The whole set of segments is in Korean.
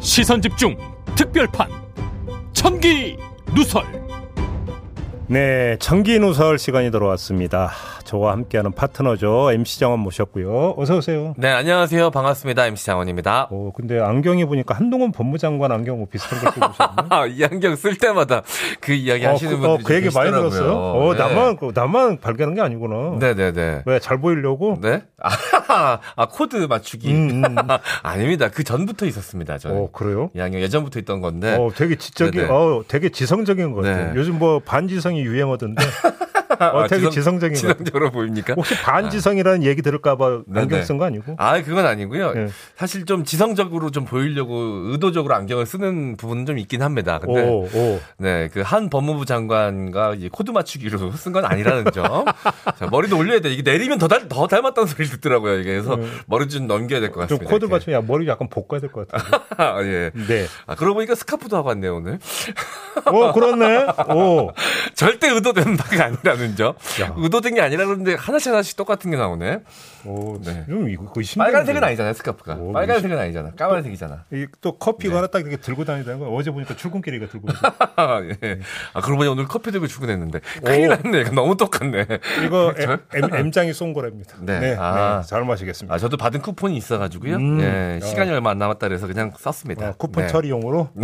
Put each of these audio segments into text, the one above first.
시선 집중 특별판 천기 누설 네, 정기 누설 시간이 돌아왔습니다. 저와 함께하는 파트너죠. MC 장원 모셨고요. 어서 오세요. 네, 안녕하세요. 반갑습니다. MC 장원입니다. 어, 근데 안경이 보니까 한동훈 법무장관 안경 뭐 비슷한 걸 쓰고 오셨네. 아, 이 안경 쓸 때마다 그 이야기 어, 하시는 그, 어, 분들이 그 얘기 많이 계시더라고요. 들었어요. 어, 네. 나만 그, 나만 발견한 게 아니구나. 네, 네, 네. 왜 잘 보이려고? 네? 아, 아, 코드 맞추기. 음, 음. 아닙니다. 그 전부터 있었습니다. 저는. 어, 그래요? 이 안경 예전부터 있던 건데. 어, 되게 지적이, 네. 네네. 어, 되게 지성적인 것 같아요. 네. 요즘 뭐 반지성이 유행하던데. 어, 아, 되게 지성- 지성적인 것 같아요. 어. 지성적으로 보입니까? 혹시 반지성이라는 얘기 들을까봐 안경 네네. 쓴 거 아니고? 아, 그건 아니고요. 네. 사실 좀 지성적으로 좀 보이려고 의도적으로 안경을 쓰는 부분은 좀 있긴 합니다. 근데 오, 오. 네, 그 한 법무부 장관과 이제 코드 맞추기로 쓴 건 아니라는 점. 자, 머리도 올려야 돼. 이게 내리면 더, 닮, 더 닮았다는 소리 듣더라고요. 이게 그래서 머리 좀 넘겨야 될 것 네. 좀 같습니다. 코드 이렇게. 맞추면 야, 머리 약간 볶아야 될 것 같아요. 아, 예. 네. 아, 그러고 보니까 스카프도 하고 왔네요, 오늘. 오, 그렇네. 오. 절대 의도된 바가 아니라는 점. 의도된 게 아니라는데 하나씩 하나씩 똑같은 게 나오네. 오, 네. 좀 이거 그 신기한 빨간색은 게. 아니잖아요, 스카프가. 오, 빨간색은 아니잖아. 까만색이잖아. 이또 커피 네. 이거 하나 딱 이렇게 들고 다니다는 거 어제 보니까 출근길에 이 들고 있어. 아, 예. 아, 그러고 보니 오늘 커피 들고 출근했는데. 큰일 났네. 이거 너무 똑같네. 이거 M, M장이 쏜 거랍니다. 네. 네. 네, 아. 잘 마시겠습니다. 아, 저도 받은 쿠폰이 있어가지고요. 음. 예, 시간이 얼마 안 남았다 그래서 그냥 썼습니다. 어, 쿠폰 네. 처리용으로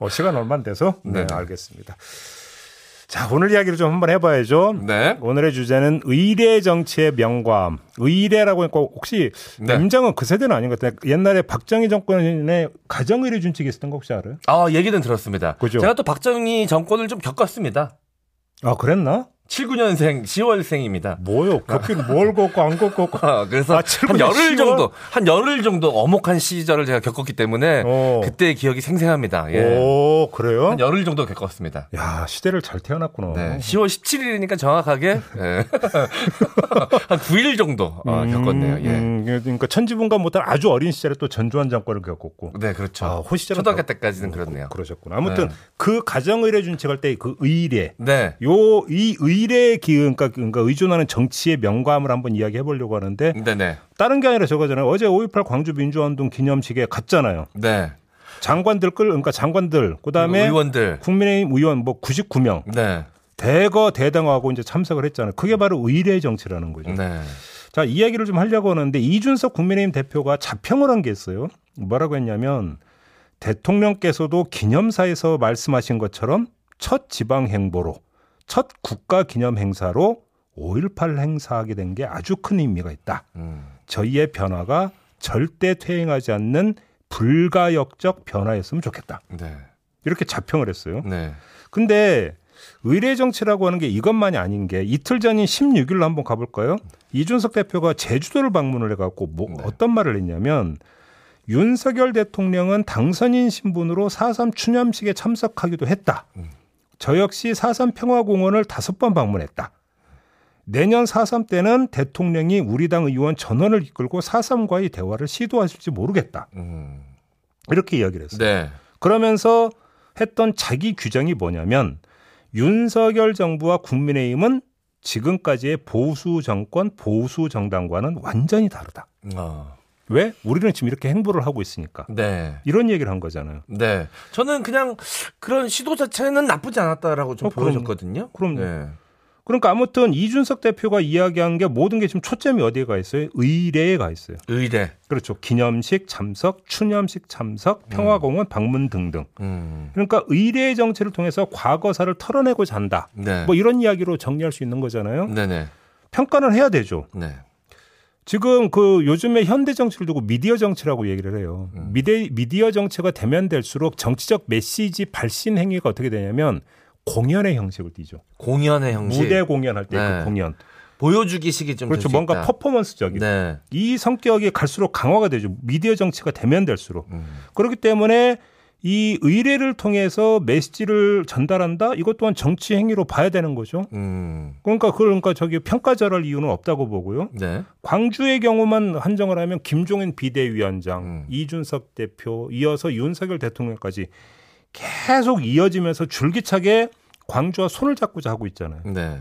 어, 시간 얼마 안 돼서 네, 네. 알겠습니다. 자 오늘 이야기를 좀 한번 해봐야죠. 네. 오늘의 주제는 의례 정치의 명ความ. 의례라고 하니까 혹시 네. 임장은 그 세대는 아닌 것 같아요. 옛날에 박정희 정권에 가정 의례 준칙이 있었던 거 혹시 알아요? 아, 얘기는 들었습니다. 그죠? 제가 또 박정희 정권을 좀 겪었습니다. 아 그랬나? 79년생, 10월생입니다. 뭐요? 걷기를 뭘 걷고 안 걷고 걷고. 아, 그래서 아, 한 79년 열흘 10월? 정도, 한 열흘 정도 어목한 시절을 제가 겪었기 때문에 어. 그때의 기억이 생생합니다. 예. 오 그래요? 한 열흘 정도 겪었습니다. 야 시대를 잘 태어났구나. 네. 10월 17일이니까 정확하게 예. 한 9일 정도 어, 겪었네요. 예. 음, 그러니까 천지분간 못한 아주 어린 시절에 또 전두환 정권을 겪었고. 네, 그렇죠. 아, 호시절은 초등학교 겪- 때까지는 그렇네요. 그러셨구나. 아무튼 네. 그 가정의례 준칙 할 때 그 의례. 네. 요 이 의례 기운 그러니까, 그러니까 의존하는 정치의 명감을 한번 이야기해 보려고 하는데 네, 네. 다른 게 아니라 저거잖아요. 어제 5.18 광주 민주화운동 기념식에 갔잖아요. 네. 장관들 끌 그러니까 장관들 그다음에 의원들. 국민의힘 의원 뭐 99명 네. 대거 대당하고 이제 참석을 했잖아요. 그게 바로 의례 정치라는 거죠. 네. 자, 이야기를 좀 하려고 하는데 이준석 국민의힘 대표가 자평을 한 게 있어요. 뭐라고 했냐면 대통령께서도 기념사에서 말씀하신 것처럼 첫 지방 행보로 첫 국가 기념 행사로 5.18 행사하게 된 게 아주 큰 의미가 있다. 음. 저희의 변화가 절대 퇴행하지 않는 불가역적 변화였으면 좋겠다. 네. 이렇게 자평을 했어요. 네. 근데 의례 정치라고 하는 게 이것만이 아닌 게 이틀 전인 16일로 한번 가볼까요? 이준석 대표가 제주도를 방문을 해갖고 뭐 네. 어떤 말을 했냐면 윤석열 대통령은 당선인 신분으로 4.3 추념식에 참석하기도 했다. 저 역시 4.3 평화공원을 다섯 번 방문했다. 내년 4.3 때는 대통령이 우리 당 의원 전원을 이끌고 4.3과의 대화를 시도하실지 모르겠다. 음. 이렇게 이야기를 했어요. 네. 그러면서 했던 자기 규정이 뭐냐면 윤석열 정부와 국민의힘은 지금까지의 보수 정권, 보수 정당과는 완전히 다르다. 어. 왜? 우리는 지금 이렇게 행보를 하고 있으니까. 네. 이런 얘기를 한 거잖아요. 네. 저는 그냥 그런 시도 자체는 나쁘지 않았다라고 좀 어, 그럼요. 보여줬거든요. 그럼요. 네. 그러니까 아무튼 이준석 대표가 이야기한 게 모든 게 지금 초점이 어디에 가 있어요? 의례에 가 있어요. 의례. 그렇죠. 기념식 참석, 추념식 참석, 평화공원 방문 등등. 음. 그러니까 의례의 정치를 통해서 과거사를 털어내고자 한다. 네. 뭐 이런 이야기로 정리할 수 있는 거잖아요. 네네. 평가는 해야 되죠. 네. 지금 그 요즘에 현대 정치를 두고 미디어 정치라고 얘기를 해요. 음. 미디, 미디어 정치가 대면될수록 정치적 메시지 발신 행위가 어떻게 되냐면 공연의 형식을 띠죠. 공연의 형식. 무대 공연할 때 그 네. 공연. 보여주기식이 좀. 그렇죠. 될수 뭔가 있다. 퍼포먼스적인. 네. 이 성격이 갈수록 강화가 되죠. 미디어 정치가 대면될수록. 음. 그렇기 때문에 이 의례를 통해서 메시지를 전달한다? 이것 또한 정치 행위로 봐야 되는 거죠. 음. 그러니까 그걸 그러니까 저기 평가절할 이유는 없다고 보고요. 네. 광주의 경우만 한정을 하면 김종인 비대위원장, 음. 이준석 대표, 이어서 윤석열 대통령까지 계속 이어지면서 줄기차게 광주와 손을 잡고자 하고 있잖아요. 네.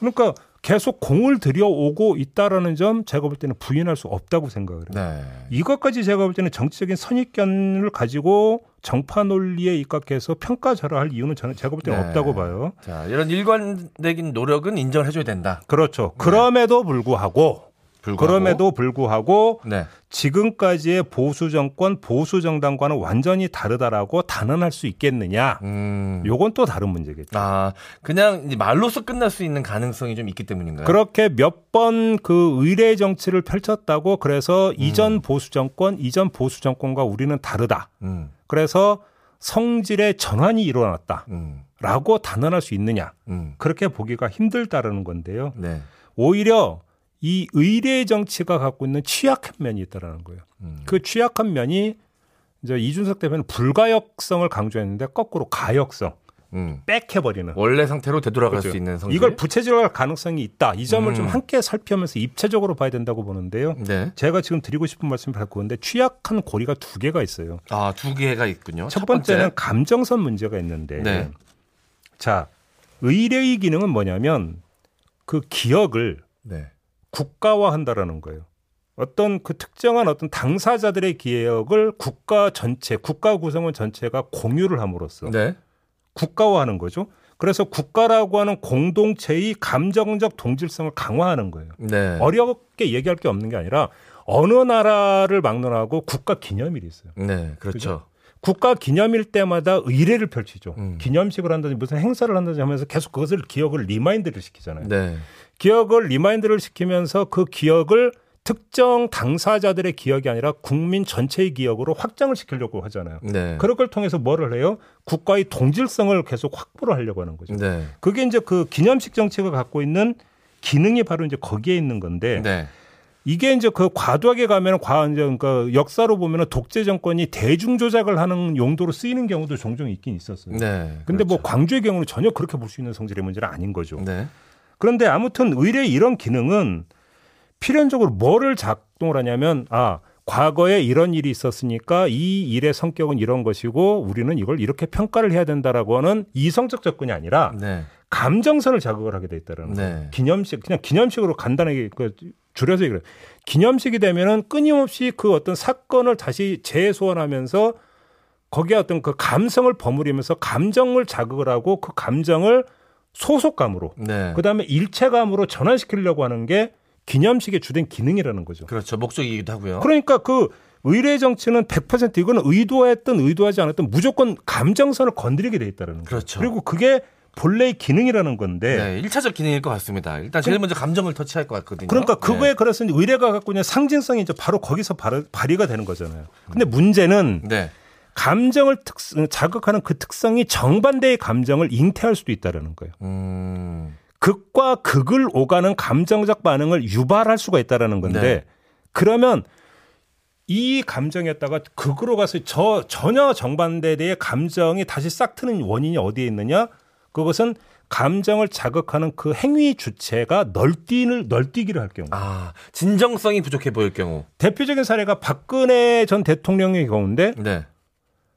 그러니까 계속 공을 들여오고 있다라는 점 제가 볼 때는 부인할 수 없다고 생각을 해요. 네. 이것까지 제가 볼 때는 정치적인 선입견을 가지고 정파 논리에 입각해서 평가절하할 이유는 저는 제가 볼 때는 네. 없다고 봐요. 자, 이런 일관적인 노력은 인정을 해줘야 된다. 그렇죠. 그럼에도 불구하고 불구하고. 그럼에도 불구하고 네. 지금까지의 보수 정권, 보수 정당과는 완전히 다르다라고 단언할 수 있겠느냐? 음. 요건 또 다른 문제겠죠. 아, 그냥 이제 말로써 끝날 수 있는 가능성이 좀 있기 때문인가요? 그렇게 몇 번 그 의례 정치를 펼쳤다고 그래서 이전 보수 정권, 이전 보수 정권과 우리는 다르다. 음. 그래서 성질의 전환이 일어났다라고 음. 단언할 수 있느냐? 음. 그렇게 보기가 힘들다라는 건데요. 네. 오히려 이 의례 정치가 갖고 있는 취약한 면이 있다라는 거예요. 음. 그 취약한 면이 이제 이준석 대표는 불가역성을 강조했는데 거꾸로 가역성, 음. 빽해버리는 원래 상태로 되돌아갈 그렇죠. 수 있는 성질. 이걸 부채질할 가능성이 있다. 이 점을 음. 좀 함께 살피면서 입체적으로 봐야 된다고 보는데요. 네. 제가 지금 드리고 싶은 말씀이 바로 그건데 취약한 고리가 두 개가 있어요. 아, 두 개가 있군요. 첫 번째는 감정선 문제가 있는데 네. 자 의뢰의 기능은 뭐냐면 그 기억을 네. 국가화한다라는 거예요. 어떤 그 특정한 어떤 당사자들의 기억을 국가 전체, 국가 구성원 전체가 공유를 함으로써 네. 국가화하는 거죠. 그래서 국가라고 하는 공동체의 감정적 동질성을 강화하는 거예요. 네. 어렵게 얘기할 게 없는 게 아니라 어느 나라를 막론하고 국가 기념일이 있어요. 네. 그렇죠. 국가 기념일 때마다 의례를 펼치죠. 음. 기념식을 한다든지 무슨 행사를 한다든지 하면서 계속 그것을 기억을 리마인드를 시키잖아요. 네. 기억을 리마인드를 시키면서 그 기억을 특정 당사자들의 기억이 아니라 국민 전체의 기억으로 확장을 시키려고 하잖아요. 네. 그런 걸 통해서 뭐를 해요? 국가의 동질성을 계속 확보를 하려고 하는 거죠. 네. 그게 이제 그 기념식 정책을 갖고 있는 기능이 바로 이제 거기에 있는 건데 네. 이게 이제 그 과도하게 가면 과 이제 그러니까 역사로 보면 독재 정권이 대중 조작을 하는 용도로 쓰이는 경우도 종종 있긴 있었어요. 네. 근데 뭐 그렇죠. 광주의 경우는 전혀 그렇게 볼 수 있는 성질의 문제는 아닌 거죠. 네. 그런데 아무튼 의뢰 이런 기능은 필연적으로 뭐를 작동을 하냐면 아 과거에 이런 일이 있었으니까 이 일의 성격은 이런 것이고 우리는 이걸 이렇게 평가를 해야 된다라고 하는 이성적 접근이 아니라 네. 감정선을 자극을 하게 돼 있다라는 거예요. 네. 기념식 그냥 기념식으로 간단하게 그 줄여서 얘기를 해요. 기념식이 되면은 끊임없이 그 어떤 사건을 다시 재소환하면서 거기에 어떤 그 감성을 버무리면서 감정을 자극을 하고 그 감정을 소속감으로 네. 그다음에 일체감으로 전환시키려고 하는 게 기념식의 주된 기능이라는 거죠. 그렇죠. 목적이기도 하고요. 그러니까 그 의례 정치는 100% 이거는 의도했든 의도하지 않았든 무조건 감정선을 건드리게 돼 있다는 거죠. 그렇죠. 그리고 예. 그게 본래의 기능이라는 건데 네. 일차적 기능일 것 같습니다. 일단 제일 먼저 감정을 터치할 것 같거든요. 그- 그러니까 그거에 네. 그래서 이제 의례가 갖고 있는 상징성이 이제 바로 거기서 발- 발휘가 되는 거잖아요. 근데 음. 문제는 네. 감정을 특- 자극하는 그 특성이 정반대의 감정을 잉태할 수도 있다는 거예요. 음. 극과 극을 오가는 감정적 반응을 유발할 수가 있다라는 건데 네. 그러면 이 감정이었다가 극으로 가서 저 전혀 정반대의 감정이 다시 싹 트는 원인이 어디에 있느냐? 그것은 감정을 자극하는 그 행위 주체가 널뛰는 널뛰기를 할 경우. 아, 진정성이 부족해 보일 경우. 대표적인 사례가 박근혜 전 대통령의 경우인데 네.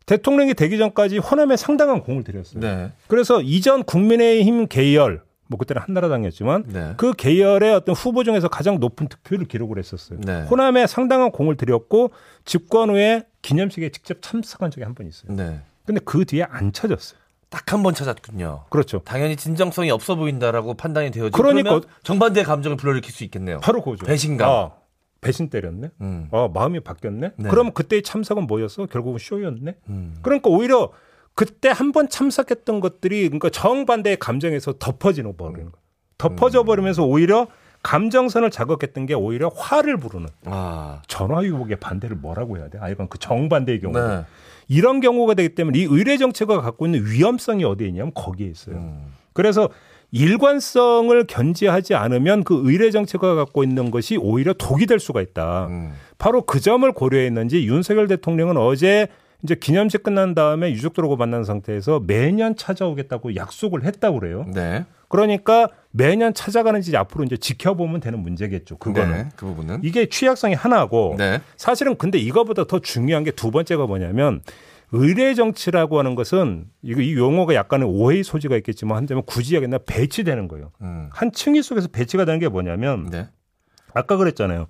대통령이 되기 전까지 호남에 상당한 공을 들였어요. 네. 그래서 이전 국민의힘 계열 뭐 그때는 한나라당이었지만 네. 그 계열의 어떤 후보 중에서 가장 높은 득표율을 기록을 했었어요. 네. 호남에 상당한 공을 들였고 집권 후에 기념식에 직접 참석한 적이 한 번 있어요. 네. 근데 그 뒤에 안 찾았어요. 딱 한 번 찾았군요. 그렇죠. 당연히 진정성이 없어 보인다라고 판단이 되어지고 그러니까- 그러면 정반대의 감정을 불러일으킬 수 있겠네요. 바로 그거죠. 배신감. 아, 배신 때렸네. 음. 아, 마음이 바뀌었네. 네. 그럼 그때의 참석은 뭐였어? 결국은 쇼였네. 음. 그러니까 오히려 그때 한 번 참석했던 것들이 그러니까 정반대의 감정에서 덮어지는 버리는 거예요. 덮어져 버리면서 음. 오히려 감정선을 자극했던 게 오히려 화를 부르는 아. 전화유복의 반대를 뭐라고 해야 돼? 아 이건 그 정반대의 경우 네. 이런 경우가 되기 때문에 이 의례 정책과 갖고 있는 위험성이 어디에 있냐면 거기에 있어요. 음. 그래서 일관성을 견지하지 않으면 그 의례 정책과 갖고 있는 것이 오히려 독이 될 수가 있다. 음. 바로 그 점을 고려했는지 윤석열 대통령은 어제 이제 기념식 끝난 다음에 유족들하고 만난 상태에서 매년 찾아오겠다고 약속을 했다고 그래요. 네. 그러니까 매년 찾아가는지 앞으로 이제 지켜보면 되는 문제겠죠. 그거는. 네. 그 부분은. 이게 취약성이 하나고 네. 사실은 근데 이거보다 더 중요한 게 두 번째가 뭐냐면 의례 정치라고 하는 것은 이거 이 용어가 약간의 오해의 소지가 있겠지만 한자면 굳이 하겠나 배치되는 거예요. 음. 한 층위 속에서 배치가 되는 게 뭐냐면 네. 아까 그랬잖아요.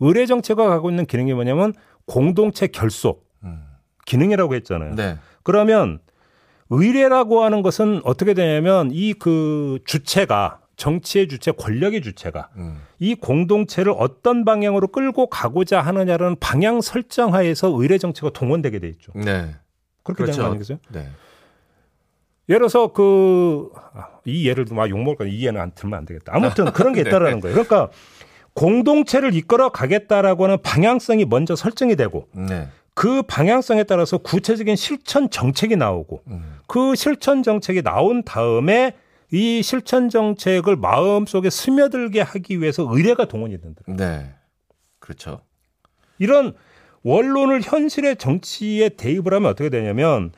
의례 정치가 갖고 있는 기능이 뭐냐면 공동체 결속 음. 기능이라고 했잖아요. 네. 그러면 의례라고 하는 것은 어떻게 되냐면 이 그 주체가 정치의 주체, 권력의 주체가 음. 이 공동체를 어떤 방향으로 끌고 가고자 하느냐라는 방향 설정하에서 의례 정치가 동원되게 돼 있죠. 네. 그렇게 되는 거 아니겠어요? 네. 예를 들어서 그, 아, 이 예를 들면 아, 욕먹을 거니이 예는 안 들면 안 되겠다. 아무튼 그런 게 있다라는 거예요. 그러니까 공동체를 이끌어 가겠다라고 하는 방향성이 먼저 설정이 되고 네. 그 방향성에 따라서 구체적인 실천 정책이 나오고 음. 그 실천 정책이 나온 다음에 이 실천 정책을 마음속에 스며들게 하기 위해서 의뢰가 동원이 된다. 네. 그렇죠. 이런 원론을 현실의 정치에 대입을 하면 어떻게 되냐면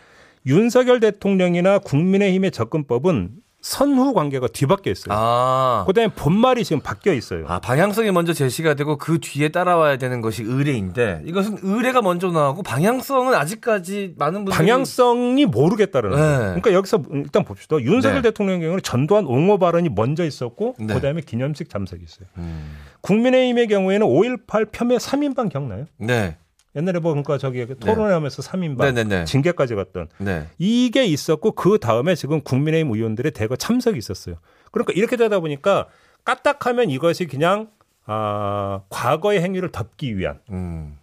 윤석열 대통령이나 국민의힘의 접근법은 선후 관계가 뒤바뀌어 있어요. 아. 그다음에 본말이 지금 바뀌어 있어요. 아, 방향성이 먼저 제시가 되고 그 뒤에 따라와야 되는 것이 의뢰인데 이것은 의뢰가 먼저 나오고 방향성은 아직까지 많은 분들이 방향성이 모르겠다는 거예요. 네. 그러니까 여기서 일단 봅시다. 윤석열 네. 대통령의 경우는 전두환 옹호 발언이 먼저 있었고 네. 그다음에 기념식 잠석이 있어요. 음. 국민의힘의 경우에는 5.18 폄훼 3인방 기억나요? 네. 옛날에 뭐 그러니까 저기 토론회하면서 3인방 네네네. 징계까지 갔던 네. 이게 있었고 그 다음에 지금 국민의힘 의원들의 대거 참석이 있었어요. 그러니까 이렇게 되다 보니까 까딱하면 이것이 그냥 아, 과거의 행위를 덮기 위한 음.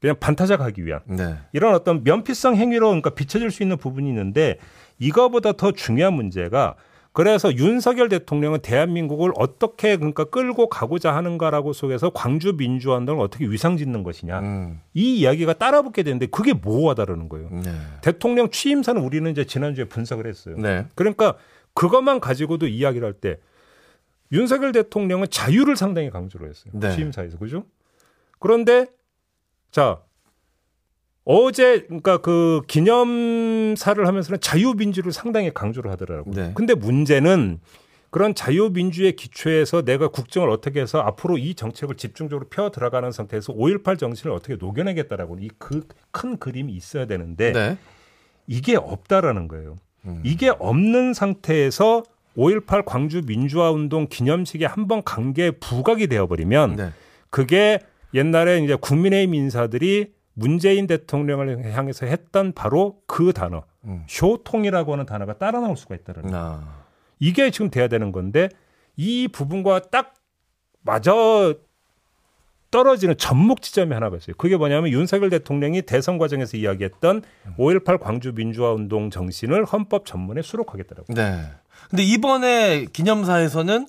그냥 반타작하기 위한 네. 이런 어떤 면피성 행위로 그러니까 비춰질 수 있는 부분이 있는데 이거보다 더 중요한 문제가 그래서 윤석열 대통령은 대한민국을 어떻게 그러니까 끌고 가고자 하는가라고 속에서 광주 민주화운동을 어떻게 위상짓는 것이냐 음. 이 이야기가 따라붙게 되는데 그게 모호하다라는 거예요. 네. 대통령 취임사는 우리는 이제 지난주에 분석을 했어요. 네. 그러니까 그것만 가지고도 이야기를 할 때 윤석열 대통령은 자유를 상당히 강조를 했어요. 네. 취임사에서 그죠? 그런데 자 어제 그러니까 그 기념사를 하면서는 자유민주를 상당히 강조를 하더라고요. 네. 근데 문제는 그런 자유민주의 기초에서 내가 국정을 어떻게 해서 앞으로 이 정책을 집중적으로 펴 들어가는 상태에서 5.18 정신을 어떻게 녹여내겠다라고 이 그 큰 그림이 있어야 되는데 네. 이게 없다라는 거예요. 음. 이게 없는 상태에서 5.18 광주 민주화 운동 기념식에 한번 관계 부각이 되어버리면 네. 그게 옛날에 이제 국민의힘 인사들이 문재인 대통령을 향해서 했던 바로 그 단어 음. 쇼통이라고 하는 단어가 따라 나올 수가 있다는 거예요. 아. 이게 지금 돼야 되는 건데 이 부분과 딱 맞아 떨어지는 접목 지점이 하나가 있어요. 그게 뭐냐면 윤석열 대통령이 대선 과정에서 이야기했던 5.18 광주 민주화 운동 정신을 헌법 전문에 수록하겠다라고. 네. 근데 이번에 기념사에서는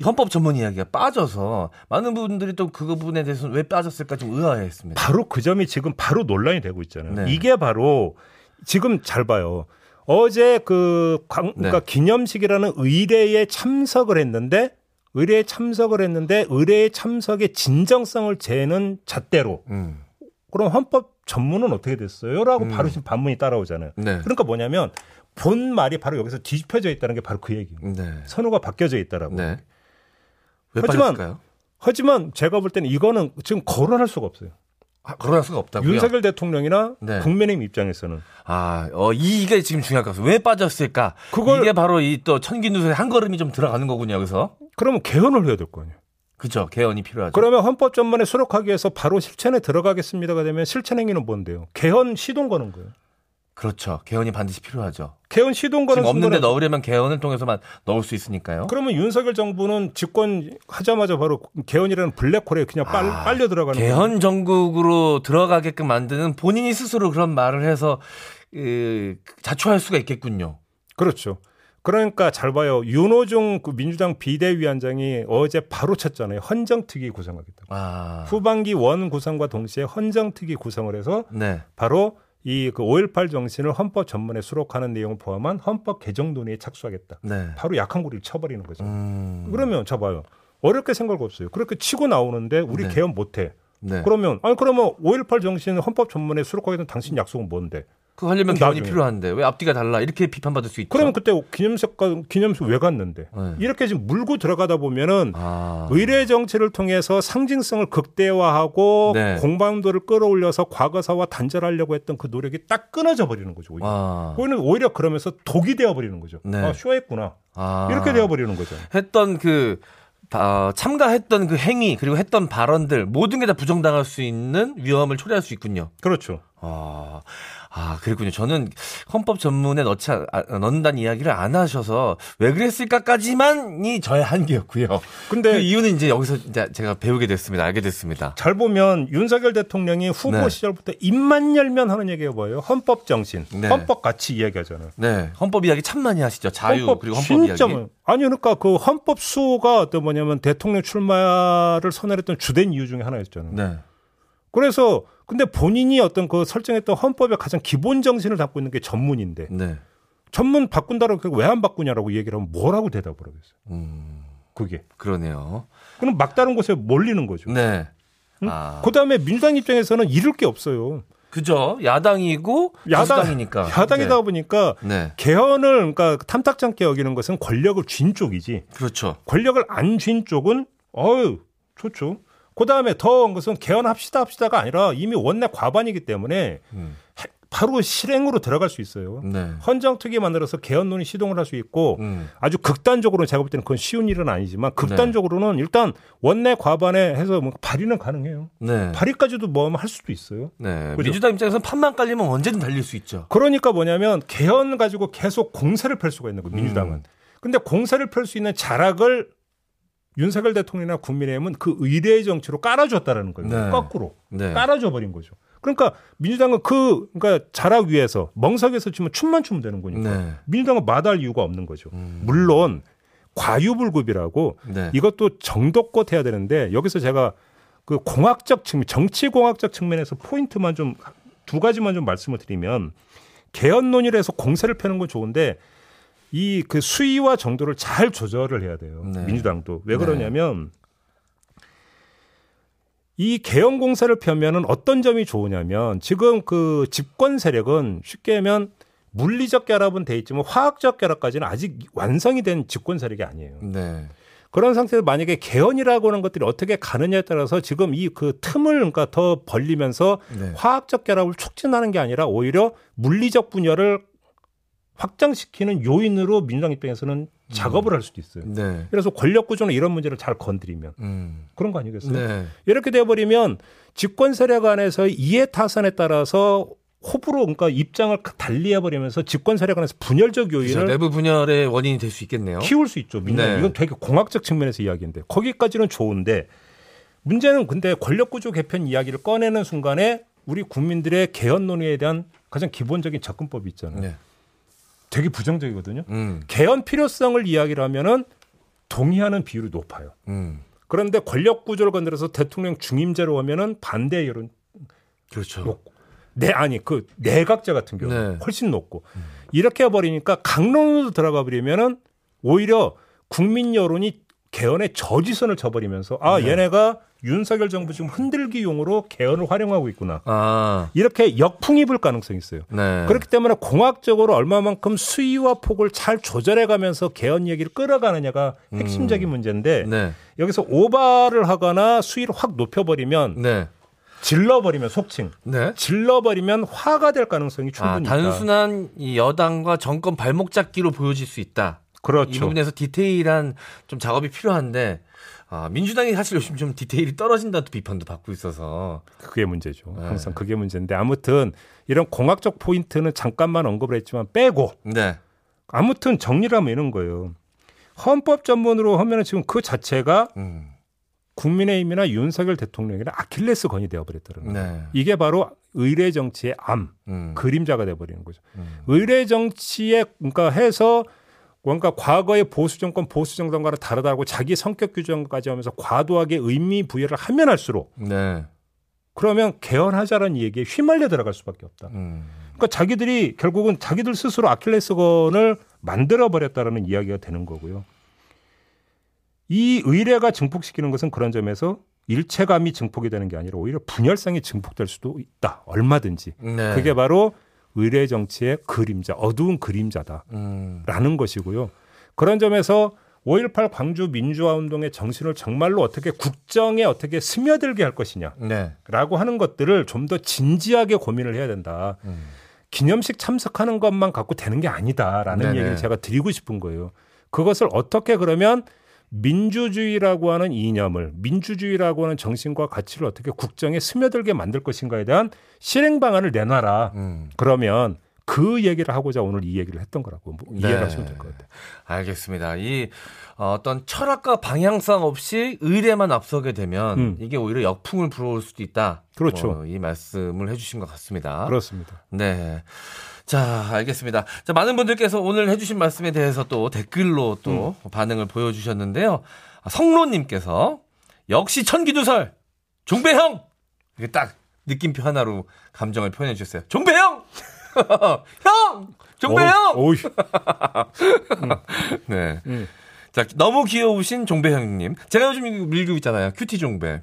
이 헌법 전문 이야기가 빠져서 많은 분들이 또 그 부분에 대해서는 왜 빠졌을까 좀 의아해했습니다. 바로 그 점이 지금 바로 논란이 되고 있잖아요. 네. 이게 바로 지금 잘 봐요. 어제 그 광, 그러니까 기념식이라는 의례에 참석을 했는데 의례에 참석을 했는데 의례에 참석의 진정성을 재는 잣대로 음. 그럼 헌법 전문은 어떻게 됐어요? 라고 음. 바로 지금 반문이 따라오잖아요. 네. 그러니까 뭐냐면 본 말이 바로 여기서 뒤집혀져 있다는 게 바로 그 얘기예요. 네. 선호가 바뀌어져 있다라고. 네. 왜 하지만- 빠졌을까요? 하지만 제가 볼 때는 이거는 지금 거론할 수가 없어요. 아, 거론할 수가 없다고요. 윤석열 대통령이나 네. 국민의힘 입장에서는 아, 어, 이- 이게 지금 중요할 것 같아요. 왜 빠졌을까? 그걸- 이게 바로 이 또 천기누설에 한 걸음이 좀 들어가는 거군요. 여기서 그러면 개헌을 해야 될 거 그렇죠. 아니에요. 그죠? 개헌이 필요하죠. 그러면 헌법 전문에 수록하기 위해서 바로 실천에 들어가겠습니다가 되면 실천 행위는 뭔데요? 개헌 시동 거는 거예요. 그렇죠. 개헌이 반드시 필요하죠. 개헌 시동 거는 지금 없는데 순간에 넣으려면 개헌을 통해서만 넣을 수 있으니까요. 그러면 윤석열 정부는 집권 하자마자 바로 개헌이라는 블랙홀에 그냥 빨, 아, 빨려 들어가는 거예요. 개헌 정국으로 들어가게끔 만드는 본인이 스스로 그런 말을 해서 그, 자초할 수가 있겠군요. 그렇죠. 그러니까 잘 봐요. 윤호중 그 민주당 비대위원장이 어제 바로 쳤잖아요. 헌정특위 구성하겠다고. 아, 후반기 원 구성과 동시에 헌정특위 구성을 해서 네, 바로 이 그 5.18 정신을 헌법 전문에 수록하는 내용을 포함한 헌법 개정 논의에 착수하겠다. 네. 바로 약한 고리를 쳐버리는 거죠. 음, 그러면 자 봐요. 어렵게 생각 없어요. 그렇게 치고 나오는데 우리 네. 개헌 못해. 네. 그러면 아니 그러면 5.18 정신 헌법 전문에 수록하겠다는 당신 약속은 뭔데? 그거 하려면 교훈이 나중에. 필요한데 왜 앞뒤가 달라 이렇게 비판받을 수 있죠. 그러면 그때 기념석 가- 기념석 왜 갔는데 네. 이렇게 지금 물고 들어가다 보면은 아, 의뢰 정치를 통해서 상징성을 극대화하고 네. 공감도를 끌어올려서 과거사와 단절하려고 했던 그 노력이 딱 끊어져 버리는 거죠. 오히려. 아, 그거는 오히려 그러면서 독이 되어 버리는 거죠. 네. 아, 쇼했구나. 아. 이렇게 되어 버리는 거죠. 했던 그 아, 참가했던 그 행위 그리고 했던 발언들 모든 게 다 부정당할 수 있는 위험을 초래할 수 있군요. 그렇죠. 아, 아 그렇군요. 저는 헌법 전문에 넣지 않- 아, 넣는다는 이야기를 안 하셔서 왜 그랬을까까지만이 저의 한계였고요. 근데 그 이유는 이제 여기서 이제 제가 배우게 됐습니다. 알게 됐습니다. 잘 보면 윤석열 대통령이 후보 네. 시절부터 입만 열면 하는 얘기가 뭐예요? 헌법 정신, 네. 헌법 가치 이야기하잖아요. 네, 헌법 이야기 참 많이 하시죠. 자유 그리고 헌법 진짜 이야기. 뭐예요? 아니 그러니까 그 헌법 수호가 또 뭐냐면 대통령 출마를 선언했던 주된 이유 중에 하나였잖아요. 네, 그래서 근데 본인이 어떤 그 설정했던 헌법의 가장 기본 정신을 담고 있는 게 전문인데 네. 전문 바꾼다라고 왜 안 바꾸냐라고 얘기를 하면 뭐라고 대답을 하겠어요. 음, 그게 그러네요. 그럼 막다른 곳에 몰리는 거죠. 네. 응? 아, 그다음에 민주당 입장에서는 잃을 게 없어요. 그죠. 야당이고 야당이니까. 야당이다 보니까 네. 네. 개헌을 그러니까 탐탁찮게 여기는 것은 권력을 쥔 쪽이지 그렇죠. 권력을 안 쥔 쪽은 어유 좋죠. 그 다음에 더운 것은 개헌합시다 합시다가 아니라 이미 원내 과반이기 때문에 음. 해- 바로 실행으로 들어갈 수 있어요. 네. 헌정특위 만들어서 개헌론이 시동을 할 수 있고 음. 아주 극단적으로 제가 볼 때는 그건 쉬운 일은 아니지만 극단적으로는 일단 원내 과반에 해서 뭐 발의는 가능해요. 네. 발의까지도 뭐 하면 할 수도 있어요. 네. 그죠? 민주당 입장에서는 판만 깔리면 언제든 달릴 수 있죠. 그러니까 뭐냐면 개헌 가지고 계속 공세를 펼 수가 있는 거예요. 민주당은. 음. 근데 공세를 펼 수 있는 자락을 윤석열 대통령이나 국민의힘은 그 의례의 정치로 깔아줬다라는 거예요. 네. 거꾸로 네. 깔아줘 버린 거죠. 그러니까 민주당은 그 그러니까 자락 위에서 멍석에서 치면 춤만 추면 되는 거니까 네. 민주당은 마다할 이유가 없는 거죠. 음. 물론 과유불급이라고 네. 이것도 정도껏 해야 되는데 여기서 제가 그 공학적 측면, 정치 공학적 측면에서 포인트만 좀 두 가지만 좀 말씀을 드리면 개헌 논의를 해서 공세를 펴는 건 좋은데 이 그 수위와 정도를 잘 조절을 해야 돼요. 네. 민주당도 왜 네. 그러냐면 이 개헌 공세를 펴면은 어떤 점이 좋으냐면 지금 그 집권 세력은 쉽게 하면 물리적 결합은 돼 있지만 화학적 결합까지는 아직 완성이 된 집권 세력이 아니에요. 네. 그런 상태에서 만약에 개헌이라고 하는 것들이 어떻게 가느냐에 따라서 지금 이 그 틈을 그러니까 더 벌리면서 네. 화학적 결합을 촉진하는 게 아니라 오히려 물리적 분열을 확장시키는 요인으로 민주당 입장에서는 음. 작업을 할 수도 있어요. 네. 그래서 권력 구조는 이런 문제를 잘 건드리면 음. 그런 거 아니겠어요? 네. 이렇게 돼버리면 집권 세력 안에서 이해 타산에 따라서 호불호 그러니까 입장을 달리해버리면서 집권 세력 안에서 분열적 그죠. 요인을 내부 분열의 원인이 될 수 있겠네요. 키울 수 있죠. 민주 어? 네. 이건 되게 공학적 측면에서 이야기인데 거기까지는 좋은데 문제는 근데 권력 구조 개편 이야기를 꺼내는 순간에 우리 국민들의 개헌 논의에 대한 가장 기본적인 접근법이 있잖아요. 네. 되게 부정적이거든요. 음. 개헌 필요성을 이야기를 하면은 동의하는 비율이 높아요. 음. 그런데 권력 구조를 건드려서 대통령 중임제로 하면은 반대 여론 그렇죠. 높고 내 아니 그 내각제 같은 경우 네. 는 훨씬 높고 이렇게 해버리니까 강론으로 들어가 버리면은 오히려 국민 여론이 개헌의 저지선을 져버리면서 아 얘네가 윤석열 정부 지금 흔들기용으로 개헌을 활용하고 있구나 아. 이렇게 역풍이 불 가능성이 있어요. 네. 그렇기 때문에 공학적으로 얼마만큼 수위와 폭을 잘 조절해가면서 개헌 얘기를 끌어가느냐가 핵심적인 문제인데 네. 여기서 오바를 하거나 수위를 확 높여버리면 네. 질러버리면 속칭 네. 질러버리면 화가 될 가능성이 아, 충분히 있다. 단순한 이 여당과 정권 발목 잡기로 보여질 수 있다. 이 그렇죠. 부분에서 디테일한 좀 작업이 필요한데 아, 민주당이 사실 요즘 좀 디테일이 떨어진다는 비판도 받고 있어서 그게 문제죠. 네. 항상 그게 문제인데 아무튼 이런 공학적 포인트는 잠깐만 언급을 했지만 빼고 네. 아무튼 정리를 하면 이런 거예요. 헌법 전문으로 하면 지금 그 자체가 음. 국민의힘이나 윤석열 대통령이나 아킬레스 건이 되어버렸다는 거예요. 네. 이게 바로 의례 정치의 암, 음. 그림자가 돼버리는 거죠. 음. 의례 정치에 그러니까 해서 뭔가 과거의 보수 정권 보수 정당과는 다르다고 자기 성격 규정까지 하면서 과도하게 의미 부여를 하면 할수록 네. 그러면 개헌하자라는 얘기에 휘말려 들어갈 수밖에 없다. 음. 그러니까 자기들이 결국은 자기들 스스로 아킬레스건을 만들어 버렸다라는 이야기가 되는 거고요. 이 의례가 증폭시키는 것은 그런 점에서 일체감이 증폭이 되는 게 아니라 오히려 분열성이 증폭될 수도 있다. 얼마든지. 네. 그게 바로 의례 정치의 그림자, 어두운 그림자다라는 음. 것이고요. 그런 점에서 5.18 광주 민주화 운동의 정신을 정말로 어떻게 국정에 어떻게 스며들게 할 것이냐. 네. 라고 하는 것들을 좀 더 진지하게 고민을 해야 된다. 음. 기념식 참석하는 것만 갖고 되는 게 아니다라는 네네. 얘기를 제가 드리고 싶은 거예요. 그것을 어떻게 그러면 민주주의라고 하는 이념을 민주주의라고 하는 정신과 가치를 어떻게 국정에 스며들게 만들 것인가에 대한 실행 방안을 내놔라. 음. 그러면 그 얘기를 하고자 오늘 이 얘기를 했던 거라고 뭐 네. 이해하시면 될 것 같아요. 알겠습니다. 이 어떤 철학과 방향성 없이 의례만 앞서게 되면 음. 이게 오히려 역풍을 불어올 수도 있다. 그렇죠. 어, 이 말씀을 해주신 것 같습니다. 그렇습니다. 네. 자, 알겠습니다. 자, 많은 분들께서 오늘 해주신 말씀에 대해서 또 댓글로 또 반응을 보여주셨는데요. 아, 성로님께서 역시 천기두설 종배형 이게 딱 느낌표 하나로 감정을 표현해 주셨어요. 종배형 형 종배형 어우, 어우, 네. 음. 자, 너무 귀여우신 종배형님. 제가 요즘 이거 밀고 있잖아요. 큐티 종배.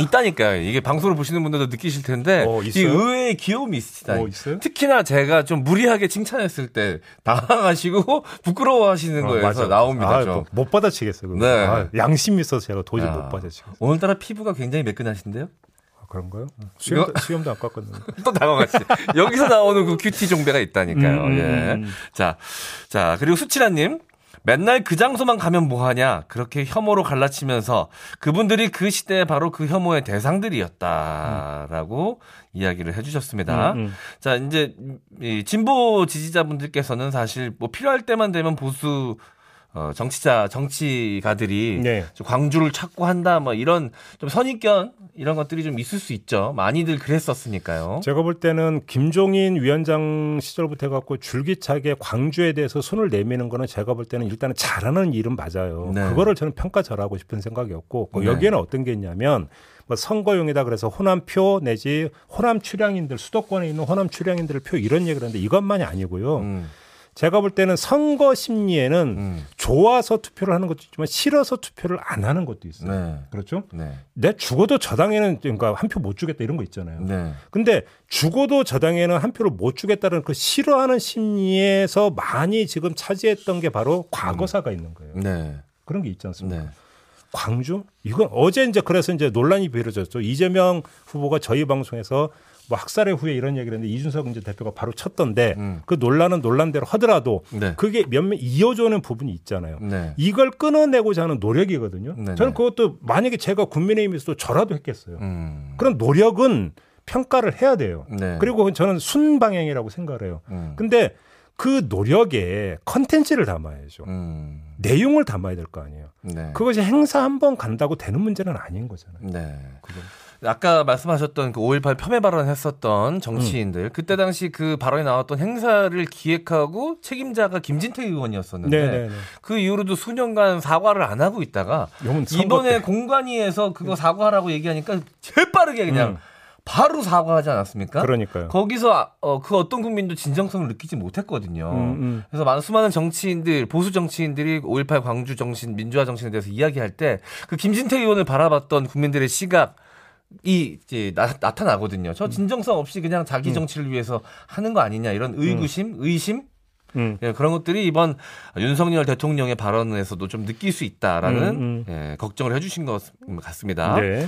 있다니까요. 이게 방송을 보시는 분들도 느끼실 텐데 아. 어, 이 있어요? 의외의 귀여움이 있으시다. 어, 있어요? 특히나 제가 좀 무리하게 칭찬했을 때 당황하시고 부끄러워하시는 어, 거에서 맞아. 나옵니다. 아, 좀. 뭐못 받아치겠어요. 그거. 네. 아, 양심이 있어서 제가 도저히 야. 못 받아치겠어요. 오늘따라 피부가 굉장히 매끈하신데요? 아, 그런가요? 음. 수염도, 수염도 안 깎았는데. 또 당황하시죠. 여기서 나오는 그 큐티 종배가 있다니까요. 음, 예. 음. 자, 자, 그리고 수치라님. 맨날 그 장소만 가면 뭐하냐. 그렇게 혐오로 갈라치면서 그분들이 그 시대에 바로 그 혐오의 대상들이었다라고 이야기를 해주셨습니다. 음, 음. 자, 이제 이 진보 지지자분들께서는 사실 뭐 필요할 때만 되면 보수 어, 정치자, 정치가들이 네. 좀 광주를 찾고 한다, 뭐 이런 좀 선입견 이런 것들이 좀 있을 수 있죠. 많이들 그랬었으니까요. 제가 볼 때는 김종인 위원장 시절부터 해갖고 줄기차게 광주에 대해서 손을 내미는 거는 제가 볼 때는 일단은 잘하는 일은 맞아요. 네. 그거를 저는 평가 잘하고 싶은 생각이었고 그 네. 여기에는 어떤 게 있냐면 뭐 선거용이다 그래서 호남표 내지 호남 출향인들 수도권에 있는 호남 출향인들을 표 이런 얘기를 하는데 이것만이 아니고요. 음, 제가 볼 때는 선거 심리에는 음. 좋아서 투표를 하는 것도 있지만 싫어서 투표를 안 하는 것도 있어요. 네. 그렇죠? 네. 내 죽어도 저 당에는 그러니까 한 표 못 주겠다 이런 거 있잖아요. 네. 근데 죽어도 저당에는 한 표를 못 주겠다는 그 싫어하는 심리에서 많이 지금 차지했던 게 바로 과거사가 있는 거예요. 네. 그런 게 있지 않습니까? 네. 광주? 이건 어제 이제 그래서 이제 논란이 벌어졌죠. 이재명 후보가 저희 방송에서 뭐 학살의 후에 이런 얘기를 했는데 이준석 이제 대표가 바로 쳤던데 음. 그 논란은 논란대로 하더라도 네. 그게 몇몇 이어져오는 부분이 있잖아요. 네. 이걸 끊어내고자 하는 노력이거든요. 네네. 저는 그것도 만약에 제가 국민의힘에서도 저라도 했겠어요. 음. 그런 노력은 평가를 해야 돼요. 네. 그리고 저는 순방향이라고 생각을 해요. 음. 근데 그 노력에 컨텐츠를 담아야죠. 음. 내용을 담아야 될 거 아니에요. 네. 그것이 행사 한 번 간다고 되는 문제는 아닌 거잖아요. 네. 아까 말씀하셨던 그 5.18 폄훼 발언 했었던 정치인들 그때 당시 그 발언이 나왔던 행사를 기획하고 책임자가 김진태 의원이었었는데 네네네. 그 이후로도 수년간 사과를 안 하고 있다가 이건 선거 이번에 때. 공관위에서 그거 사과하라고 얘기하니까 재빠르게 그냥 음. 바로 사과하지 않았습니까? 그러니까요. 거기서 아- 어, 그 어떤 국민도 진정성을 느끼지 못했거든요. 음, 음. 그래서 많은 수많은 정치인들 보수 정치인들이 5.18 광주 정신 민주화 정신에 대해서 이야기할 때 그 김진태 의원을 바라봤던 국민들의 시각. 이 이제 나, 타나거든요저 음. 진정성 없이 그냥 자기 정치를 위해서 하는 거 아니냐 이런 의구심, 의심 음. 예, 그런 것들이 이번 윤석열 대통령의 발언에서도 좀 느낄 수 있다라는 음, 예, 걱정을 해주신 것 같습니다. 네.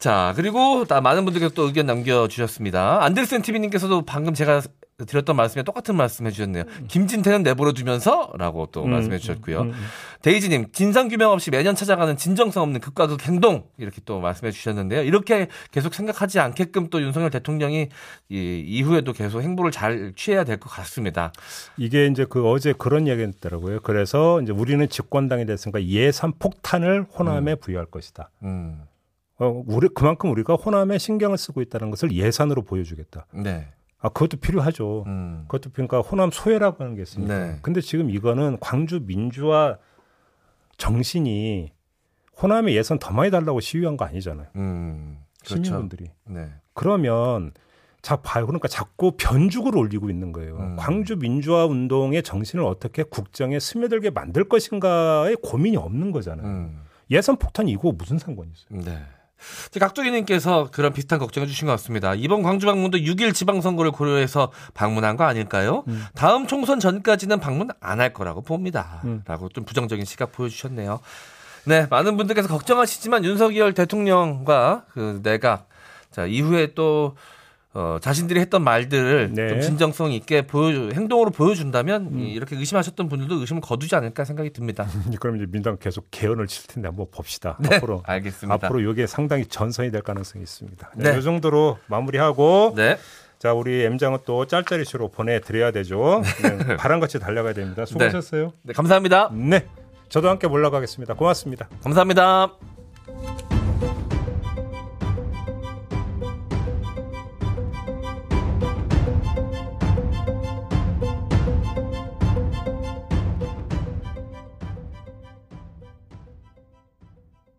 자 그리고 다 많은 분들께서 또 의견 남겨주셨습니다. 안데르센 TV님께서도 방금 제가 드렸던 말씀에 똑같은 말씀 해주셨네요. 음. 김진태는 내버려두면서라고 또 말씀해 주셨고요. 데이지님 진상 규명 없이 매년 찾아가는 진정성 없는 극과 극 행동 이렇게 또 말씀해 주셨는데요. 이렇게 계속 생각하지 않게끔 또 윤석열 대통령이 이, 이후에도 계속 행보를 잘 취해야 될 것 같습니다. 이게 이제 그 어제 그런 얘기 했더라고요. 그래서 이제 우리는 집권당이 됐으니까 예산 폭탄을 호남에 부여할 것이다. 음, 어, 우리 그만큼 우리가 호남에 신경을 쓰고 있다는 것을 예산으로 보여주겠다. 네. 아, 그것도 필요하죠. 음. 그것도 그러니까 호남 소외라고 하는 게 있습니다. 네. 근데 지금 이거는 광주 민주화 정신이 호남에 예산 더 많이 달라고 시위한 거 아니잖아요. 음. 시민분들이. 네. 그러면 자 봐요. 그러니까 자꾸 변죽을 올리고 있는 거예요. 음. 광주 민주화 운동의 정신을 어떻게 국정에 스며들게 만들 것인가에 고민이 없는 거잖아요. 음. 예산 폭탄이 이거 무슨 상관이 있어요? 네. 이제 각종이님께서 그런 비슷한 걱정해 주신 것 같습니다. 이번 광주 방문도 6일 지방선거를 고려해서 방문한 거 아닐까요? 다음 총선 전까지는 방문 안 할 거라고 봅니다. 음. 라고 좀 부정적인 시각 보여주셨네요. 네, 많은 분들께서 걱정하시지만 윤석열 대통령과 그 내각, 자, 이후에 또 어, 자신들이 했던 말들을 네. 음. 좀 진정성 있게 보여, 행동으로 보여준다면 이- 이렇게 의심하셨던 분들도 의심을 거두지 않을까 생각이 듭니다. 그럼 이제 민당 계속 개헌을 칠 텐데 한번 봅시다. 네, 앞으로 알겠습니다. 앞으로 이게 상당히 전선이 될 가능성이 있습니다. 네. 네. 이 정도로 마무리하고 네. 자 우리 M 장은 또 짤짤이쇼로 보내드려야 되죠. 네, 바람같이 달려가야 됩니다. 수고하셨어요. 음. 네, 감사합니다. 네. 저도 함께 몰라가겠습니다. 고맙습니다. 감사합니다.